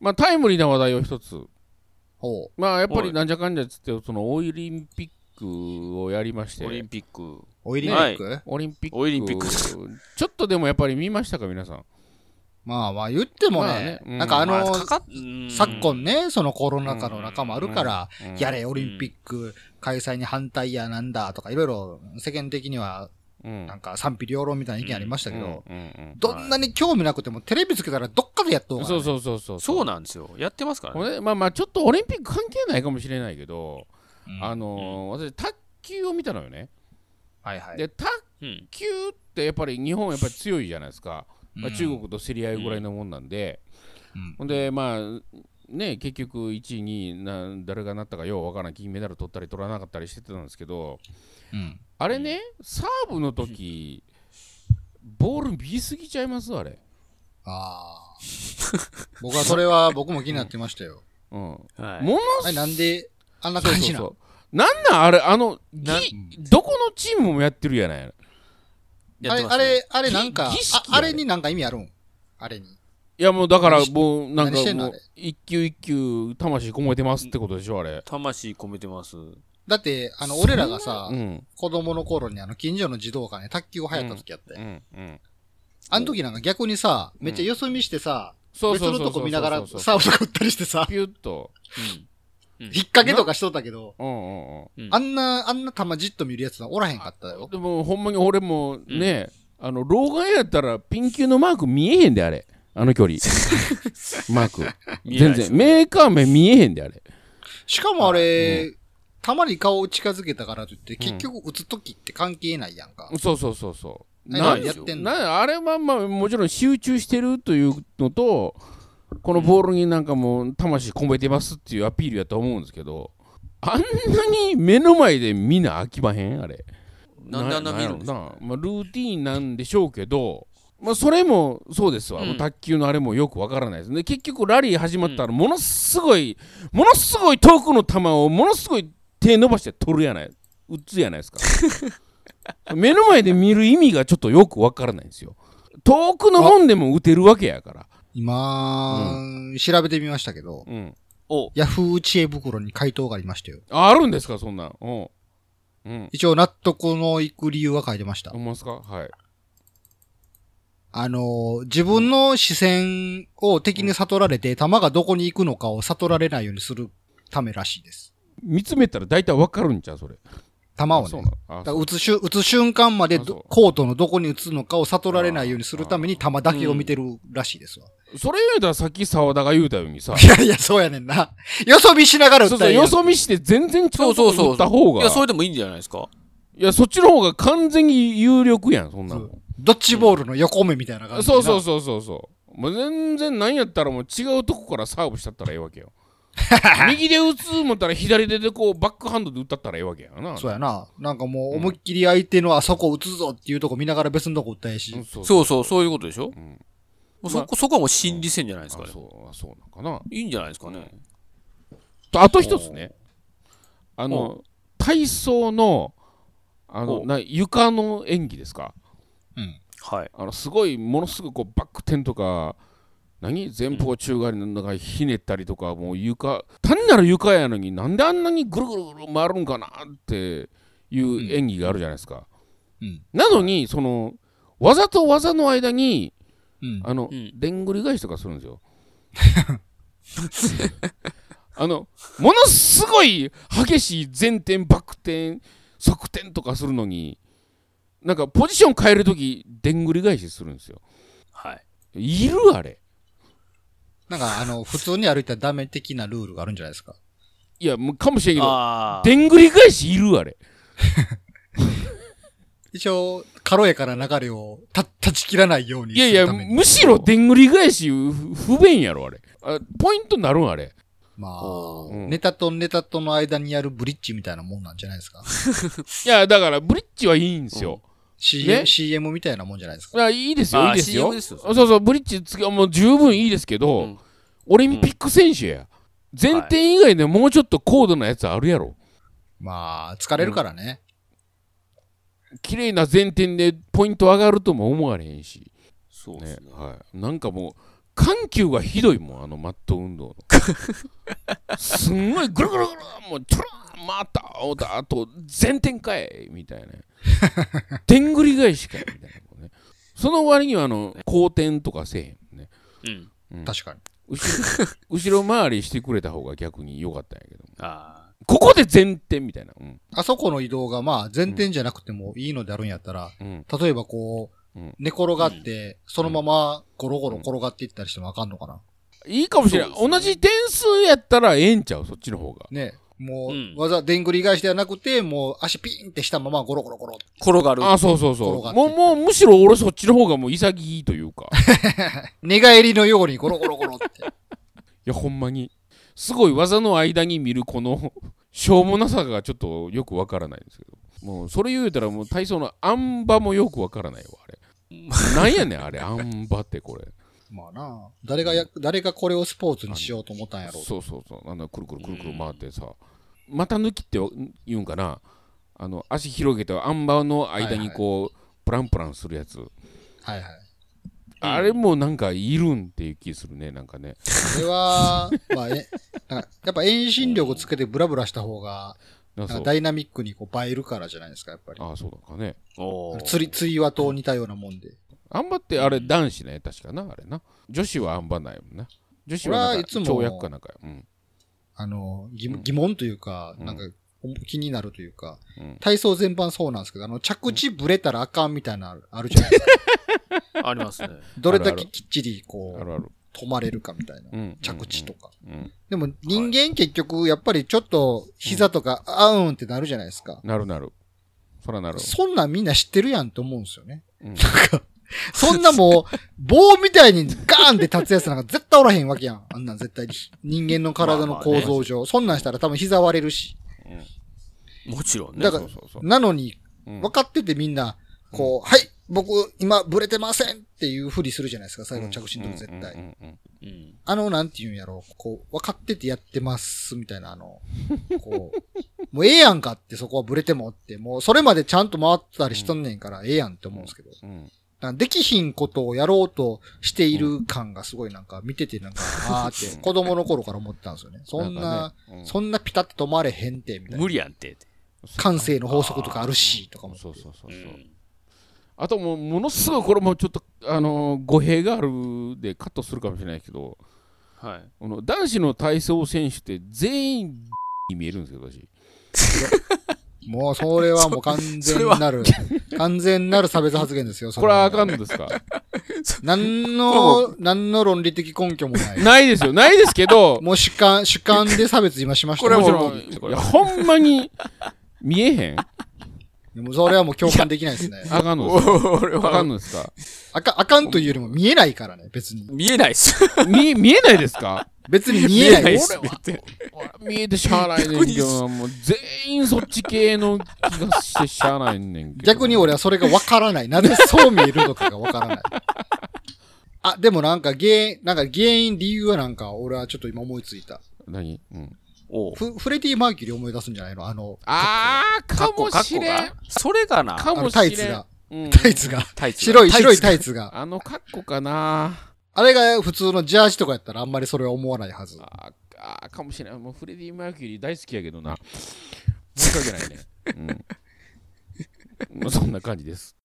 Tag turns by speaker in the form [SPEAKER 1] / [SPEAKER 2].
[SPEAKER 1] まあ、タイムリーな話題を一つ。
[SPEAKER 2] ほ
[SPEAKER 1] まあ、やっぱ
[SPEAKER 3] は
[SPEAKER 1] り
[SPEAKER 3] い
[SPEAKER 1] なんじゃかんじゃっつって、そのオリンピックをやりまし
[SPEAKER 3] オリ
[SPEAKER 1] て
[SPEAKER 3] ン、ピック。
[SPEAKER 2] う。オイリンピック、
[SPEAKER 1] オリンピック。
[SPEAKER 3] オリンピック
[SPEAKER 1] ちょっとでもやっぱり見ましたか、皆さん。
[SPEAKER 2] まあまあ言ってもね、
[SPEAKER 1] まあねうん
[SPEAKER 2] なんかあの、
[SPEAKER 3] まかかっうん
[SPEAKER 2] 昨今ね、そのコロナ禍の中もあるから、
[SPEAKER 1] うん
[SPEAKER 2] やれ、オリンピック開催に反対やなんだとか、いろいろ世間的には、
[SPEAKER 1] うん。
[SPEAKER 2] なんか賛否両論みたいな意見ありましたけど、
[SPEAKER 1] うんうん
[SPEAKER 2] どんなに興味なくてもテレビつけたらどっかでやっと
[SPEAKER 1] うん
[SPEAKER 2] う
[SPEAKER 1] そう
[SPEAKER 2] う。
[SPEAKER 1] そうそうそう。
[SPEAKER 3] そうなんですよ。やってますから
[SPEAKER 1] こ
[SPEAKER 3] ね。
[SPEAKER 1] れまあまあ、ちょっとオリンピック関係ないかもしれないけど、
[SPEAKER 2] うん
[SPEAKER 1] あのー私、卓球を見たのよね。
[SPEAKER 2] はいはい。
[SPEAKER 1] で、卓
[SPEAKER 3] うん。
[SPEAKER 1] 球ってやっぱり日本やっぱり強いじゃないですか。まあ、
[SPEAKER 2] うん
[SPEAKER 1] 中、国と競り合いぐらいのもんなんで、
[SPEAKER 2] うん
[SPEAKER 1] ほんで、まあ、ね、結局1位、2位な、誰がなったかようわからん、金メダル取ったり取らなかったりしてたんですけど、
[SPEAKER 2] うん
[SPEAKER 1] あれね、サーブの時ボール見すぎちゃいます、あれ。
[SPEAKER 2] ああ。僕はそれは僕も気になってましたよ。
[SPEAKER 1] うん。
[SPEAKER 3] はい
[SPEAKER 1] もの
[SPEAKER 2] あれなんであんな
[SPEAKER 1] そう
[SPEAKER 2] 感
[SPEAKER 1] そう
[SPEAKER 2] じな
[SPEAKER 1] そ
[SPEAKER 2] の
[SPEAKER 1] う。なんなん、あれ、あの、ぎ
[SPEAKER 3] な
[SPEAKER 1] どこのチームもやってるやない。
[SPEAKER 3] や
[SPEAKER 2] あ
[SPEAKER 3] って
[SPEAKER 2] れ、
[SPEAKER 3] ま
[SPEAKER 2] あ
[SPEAKER 3] すね
[SPEAKER 2] れ、あれなんか、
[SPEAKER 1] 儀儀式
[SPEAKER 2] あ
[SPEAKER 1] やね
[SPEAKER 2] あれになんか意味あるんあれに。
[SPEAKER 1] いやもうだからもうなん
[SPEAKER 2] 何して
[SPEAKER 1] か
[SPEAKER 2] んの
[SPEAKER 1] も
[SPEAKER 2] あ
[SPEAKER 1] う
[SPEAKER 2] れ
[SPEAKER 1] 一球一球魂こもえてますってことでしょあれ。
[SPEAKER 3] 魂込めてます。
[SPEAKER 2] だって、あの、俺らがさ
[SPEAKER 1] う、ん
[SPEAKER 2] 子供の頃にあの、近所の児童館ね、卓球が流行った時あって。
[SPEAKER 1] うんうん。
[SPEAKER 2] あの時なんか逆にさ、めっちゃよそ見してさ、
[SPEAKER 1] そう
[SPEAKER 2] 別
[SPEAKER 1] そうそう
[SPEAKER 2] の
[SPEAKER 1] そう
[SPEAKER 2] とこ見ながら
[SPEAKER 1] そうそう
[SPEAKER 2] サーブとか打ったりしてさ、
[SPEAKER 1] ピュッと。
[SPEAKER 3] うん
[SPEAKER 2] 引っ掛けとかしとったけど、
[SPEAKER 1] うんうんうん。
[SPEAKER 3] うん
[SPEAKER 2] あんな、あんな球じっと見るやつはおらへんかったよ。
[SPEAKER 1] でもほんまに俺もね、あの老眼やったらピン球のマーク見えへんであれ。あの距離。マーク。
[SPEAKER 3] 見えな
[SPEAKER 1] 全
[SPEAKER 3] いです
[SPEAKER 1] 然。メーカー目見えへんであれ。
[SPEAKER 2] しかもあれ、たまに顔を近づけたからといって、結局打つ時って関係ないやんか。
[SPEAKER 1] そうそうそうそう。
[SPEAKER 2] あ
[SPEAKER 3] ない
[SPEAKER 2] れ何やってんの
[SPEAKER 1] なあれはまあもちろん集中してるというのとこのボールになんかもう魂込めてますっていうアピールやと思うんですけどあんなに目の前でみんな飽きまへんあれ
[SPEAKER 3] なんであんな見るんです
[SPEAKER 1] な
[SPEAKER 3] か
[SPEAKER 1] んやろなまあ、ルーティーンなんでしょうけどまあそれもそうですわ、
[SPEAKER 3] うん
[SPEAKER 1] もう卓球のあれもよくわからないですね結局ラリー始まったらものすごい、ものすごい遠くの球をものすごい手伸ばして取るやない打つやな いですか目の前で見る意味がちょっとよくわからないんですよ遠くのもんでも打てるわけやから
[SPEAKER 2] 今、調べてみましたけど、
[SPEAKER 1] うん
[SPEAKER 3] お
[SPEAKER 2] ヤフー知恵袋に回答がありましたよ。
[SPEAKER 1] ああるんですかそんなんうんうん
[SPEAKER 2] 一応納得のいく理由は書いてました
[SPEAKER 1] 思。いますかはい
[SPEAKER 2] あのー自分の視線を敵に悟られて、弾がどこに行くのかを悟られないようにするためらしいです。
[SPEAKER 1] 見つめたら大体わかるんじゃうそれ
[SPEAKER 2] 弾を
[SPEAKER 1] そう
[SPEAKER 2] ね。
[SPEAKER 1] なのあ
[SPEAKER 2] だから
[SPEAKER 1] そう
[SPEAKER 2] 打つしゅ打つ瞬間まで
[SPEAKER 1] あ
[SPEAKER 2] ど
[SPEAKER 1] そう
[SPEAKER 2] コートのどこに打つのかを悟られないようにするために弾だけを見てるらしいですわ。
[SPEAKER 1] それ言うたらさっき澤田が言うたようにさ
[SPEAKER 2] いやいや、そうやねんな。よそ見しながら打
[SPEAKER 1] そ
[SPEAKER 2] っ
[SPEAKER 1] う
[SPEAKER 2] た
[SPEAKER 1] そう
[SPEAKER 2] らいいや
[SPEAKER 1] よ
[SPEAKER 2] ん
[SPEAKER 1] そ見して全然違う
[SPEAKER 3] そ
[SPEAKER 1] と
[SPEAKER 3] うそ
[SPEAKER 1] こ
[SPEAKER 3] うそう。
[SPEAKER 1] 打った方が
[SPEAKER 3] いや、それでもいいんじゃないですか。
[SPEAKER 1] いやそっちの方が完全に有力やんそんな
[SPEAKER 2] そ
[SPEAKER 1] の
[SPEAKER 2] うドッジボールの横目みたいな感じ
[SPEAKER 1] そ
[SPEAKER 2] でな
[SPEAKER 1] うそうそうそうそうもう全然なんやったらもう違うとこからサーブしたったらええわけよ右で打つ思ったら左手でこうバックハンドで打ったったらええわけやな
[SPEAKER 2] そうやな。なんかもう思いっきり相手のあそこ打つぞっていうとこ見ながら別のとこ打ったやし。
[SPEAKER 1] うんそう
[SPEAKER 3] そうそう、そういうことでしょ。
[SPEAKER 1] ん
[SPEAKER 3] もうそこ、そこはもう心理戦じゃないですか
[SPEAKER 1] あ
[SPEAKER 3] ね。
[SPEAKER 1] そうあそうなんかない
[SPEAKER 3] いんじゃないですかね。
[SPEAKER 1] とあと一つねあの体操のあ
[SPEAKER 3] お
[SPEAKER 1] のな床の演技ですか
[SPEAKER 2] うん。
[SPEAKER 3] はい。
[SPEAKER 1] あのすごいものすごいこうバック転とか何前方宙返りの中ひねったりとかもう床単なる床やのになんであんなにぐるぐるぐる回るんかなっていう演技があるじゃないですか、
[SPEAKER 2] うん。
[SPEAKER 1] なのにその技と技の間に
[SPEAKER 2] うん。
[SPEAKER 1] あの、
[SPEAKER 3] うん
[SPEAKER 1] でんぐり返しとかするんですよ あのものすごい激しい前転バック転側転とかするのになんかポジション変えるときでんぐり返しするんですよ
[SPEAKER 3] はい。
[SPEAKER 1] いるあれ。
[SPEAKER 2] なんかあの、普通に歩いたらダメ的なルールがあるんじゃないですか。
[SPEAKER 1] いや、もうかもしれんけど、
[SPEAKER 3] ああ。
[SPEAKER 1] でんぐり返しいるあれ。
[SPEAKER 2] 一応、軽やかな流れをた断ち切らないように
[SPEAKER 1] いや
[SPEAKER 2] す
[SPEAKER 1] い
[SPEAKER 2] る
[SPEAKER 1] や、
[SPEAKER 2] ために。
[SPEAKER 1] むしろでんぐり返しふ不便やろあれ。あポイントになるんあれ。
[SPEAKER 2] まあ、
[SPEAKER 1] うん
[SPEAKER 2] ネタとネタとの間にやるブリッジみたいなもんなんじゃないですか。
[SPEAKER 1] いや、だからブリッジはいいんですよ。
[SPEAKER 2] CM, CM みたいなもんじゃないです
[SPEAKER 1] い
[SPEAKER 2] か。
[SPEAKER 1] やいいですよ、い
[SPEAKER 3] あ
[SPEAKER 1] いですよ。
[SPEAKER 3] CM ですよ
[SPEAKER 1] そうそう、ブリッジつけもう十分いいですけど、
[SPEAKER 3] うん
[SPEAKER 1] オリンピック選手や。前転以外でもうちょっと高度なやつあるやろ。
[SPEAKER 2] まあ、疲れるからね。
[SPEAKER 1] 綺麗な前転でポイント上がるとも思われへんし。
[SPEAKER 3] そうで
[SPEAKER 1] ね
[SPEAKER 3] すね。
[SPEAKER 1] はい、なんかもう緩急がひどいもんあのマット運動のすんごいぐるぐるぐるもうトゥルンまたおだあと全展開みたいなでんぐり返しかいみたいなもんねその割にはあの後転とかせえへんね
[SPEAKER 3] うん。
[SPEAKER 2] 確かに。
[SPEAKER 1] 後ろ 後ろ回りしてくれた方が逆に良かったんやけど
[SPEAKER 3] あ
[SPEAKER 1] ここで前転みたいなうん
[SPEAKER 2] あそこの移動がまあ前転じゃなくてもいいのであるんやったら、
[SPEAKER 1] うん
[SPEAKER 2] 例えばこう
[SPEAKER 1] うん、
[SPEAKER 2] 寝転がって、そのままゴロゴロ転がっていったりしてもあかんのかな。
[SPEAKER 1] いいかもしれない、
[SPEAKER 3] そうですね
[SPEAKER 1] 同じ点数やったらええんちゃうそっちの方が
[SPEAKER 2] ね。も
[SPEAKER 3] うん
[SPEAKER 2] う、わざ、でんぐり返しではなくて、もう足ピーンってしたままゴロゴロゴロ。
[SPEAKER 3] あ。転がる。
[SPEAKER 1] ああそうそうそ
[SPEAKER 2] 転が
[SPEAKER 1] う
[SPEAKER 2] って
[SPEAKER 1] もうもうむしろ俺そっちの方がもう潔いというか
[SPEAKER 2] 寝返りのようにゴロゴロゴロって。
[SPEAKER 1] いやほんまにすごい技の間に見るこの しょうもなさがちょっとよくわからないんですけどもうそれ言うたらもう体操のあん馬もよくわからないわあれなんやねんあれあん馬ってこれ
[SPEAKER 2] まあな誰がや、誰がこれをスポーツにしようと思ったんやろう。
[SPEAKER 1] そうそうそうあのくるくるくるくる回ってさ股抜きって言うんかなあの足広げてあん馬の間にこう、プランプランするやつ
[SPEAKER 2] はいはい。
[SPEAKER 1] あれもなんかいるんっていう気するねなんかね
[SPEAKER 2] これは、 まあ、え、なんかやっぱ遠心力つけてブラブラした方が、
[SPEAKER 1] なんか
[SPEAKER 2] なん
[SPEAKER 1] そ
[SPEAKER 2] か
[SPEAKER 1] う
[SPEAKER 2] ダイナミックにこう映えるからじゃないですか、やっぱり。
[SPEAKER 1] ああそうだかね
[SPEAKER 3] おー
[SPEAKER 2] 釣り、釣り輪と似たようなもんで。
[SPEAKER 1] あん馬ってあれ男子ね確かなあれな女子はあん馬ないもんな女子はなんか
[SPEAKER 2] 俺はいつも
[SPEAKER 1] 跳躍かなんかやうん
[SPEAKER 2] あの、疑疑問というか、
[SPEAKER 1] うん
[SPEAKER 2] なんか、気になるというか、
[SPEAKER 1] うん
[SPEAKER 2] 体操全般そうなんですけど、あの、着地ブレたらあかんみたいなのあるあるじゃな いですか。
[SPEAKER 3] ありますね。
[SPEAKER 2] どれだ
[SPEAKER 1] あるあ
[SPEAKER 2] け
[SPEAKER 1] る
[SPEAKER 2] きっちり、
[SPEAKER 1] あ
[SPEAKER 2] こ
[SPEAKER 1] るある
[SPEAKER 2] う、止まれるかみたいな。
[SPEAKER 1] うん
[SPEAKER 2] 着地とか。
[SPEAKER 1] うんうん
[SPEAKER 2] でも、人間結局、やっぱりちょっと、膝とか、あうんってなるじゃないですか。
[SPEAKER 1] なるなるそらなる
[SPEAKER 2] そんなんみんな知ってるやんって思うんですよね。
[SPEAKER 1] うん
[SPEAKER 2] そんなもう、棒みたいにガーンって立つやつなんか絶対おらへんわけやん。あんなん絶対に。人間の体の構造上。そんなんしたら多分膝割れるし。
[SPEAKER 3] もちろんね。
[SPEAKER 2] だか
[SPEAKER 1] そ
[SPEAKER 2] ら
[SPEAKER 1] うそうそう
[SPEAKER 2] なのに、
[SPEAKER 1] うん
[SPEAKER 2] 分かっててみんな、こう、はい、僕、今、ブレてませんっていうふりするじゃないですか、最後の着信の時絶
[SPEAKER 1] うんう
[SPEAKER 2] 対。
[SPEAKER 1] んうんうん
[SPEAKER 3] うん。
[SPEAKER 2] あの、なんて言うんやろう、こう、分かっててやってます、みたいな、あの、こう、 もうええやんかって、そこはブレてもって、もう、それまでちゃんと回ってたりしとんねんから、ええやんって思うんですけど。
[SPEAKER 1] うん
[SPEAKER 2] なんかできひんことをやろうとしている感がすごいなんか見ててなんか、あーって子供の頃から思ってたんですよね。そんな、
[SPEAKER 1] なんかねうん
[SPEAKER 2] そんなピタッと止まれへんて、みたいな
[SPEAKER 3] 無。理やんて。。
[SPEAKER 2] 感性の法則とかあるし、とかも。
[SPEAKER 1] そうそうそうそううんあともうものすごいこれもちょっとあのー語弊があるでカットするかもしれないけど
[SPEAKER 3] はい。
[SPEAKER 1] この男子の体操選手って全員に見えるんですけど私
[SPEAKER 2] もうそれはもう完全 なる、完全なる差別発言ですよ。そ
[SPEAKER 1] これはあ
[SPEAKER 2] は
[SPEAKER 1] かんのですか
[SPEAKER 2] 何の、何の論理的根拠もない。
[SPEAKER 1] ないですよないですけ ど
[SPEAKER 2] もう主観、主観で差別今しました
[SPEAKER 3] これは
[SPEAKER 1] も
[SPEAKER 3] も
[SPEAKER 1] ち
[SPEAKER 3] ちろ
[SPEAKER 1] ろん
[SPEAKER 3] ん
[SPEAKER 1] いやほんまに見えへんあ
[SPEAKER 2] でもそれはもう共感できないですね。
[SPEAKER 1] かんのですか
[SPEAKER 3] 俺
[SPEAKER 1] あか
[SPEAKER 3] は
[SPEAKER 1] んのですか
[SPEAKER 2] あか、あかんというよりも見えないからね、別に。
[SPEAKER 3] 見えないっす。
[SPEAKER 1] 見見えないですか
[SPEAKER 2] 別に見えない
[SPEAKER 3] っ
[SPEAKER 2] です。
[SPEAKER 3] す。って
[SPEAKER 1] 見えてしゃあないねんけどなもう全員そっち系の気がしてしゃあないねんけど
[SPEAKER 2] 逆に俺はそれがわからない。なぜそう見えるのかがわからない。あ、でもなんか原因、なんか原因、理由はなんか俺はちょっと今思いついた。
[SPEAKER 1] 何、うん、
[SPEAKER 3] おう
[SPEAKER 2] フフレディ・マーキュリー思い出すんじゃないのあの、
[SPEAKER 1] あーかも
[SPEAKER 3] かっ
[SPEAKER 1] し
[SPEAKER 3] こ
[SPEAKER 1] れん
[SPEAKER 3] がそれがな。
[SPEAKER 1] か
[SPEAKER 2] あ
[SPEAKER 1] も
[SPEAKER 2] の
[SPEAKER 1] しれ
[SPEAKER 2] タ
[SPEAKER 1] ん
[SPEAKER 2] イツが、
[SPEAKER 1] うん
[SPEAKER 2] タイツが、
[SPEAKER 3] タイツが
[SPEAKER 2] 白い、白いタイツが。
[SPEAKER 1] あの格好かな
[SPEAKER 2] あれが普通のジャージとかやったらあんまりそれは思わないはず。
[SPEAKER 1] あーあーかもしれないもうフレディ・マーキュリー大好きやけどな申し訳ないね、うん、まあそんな感じです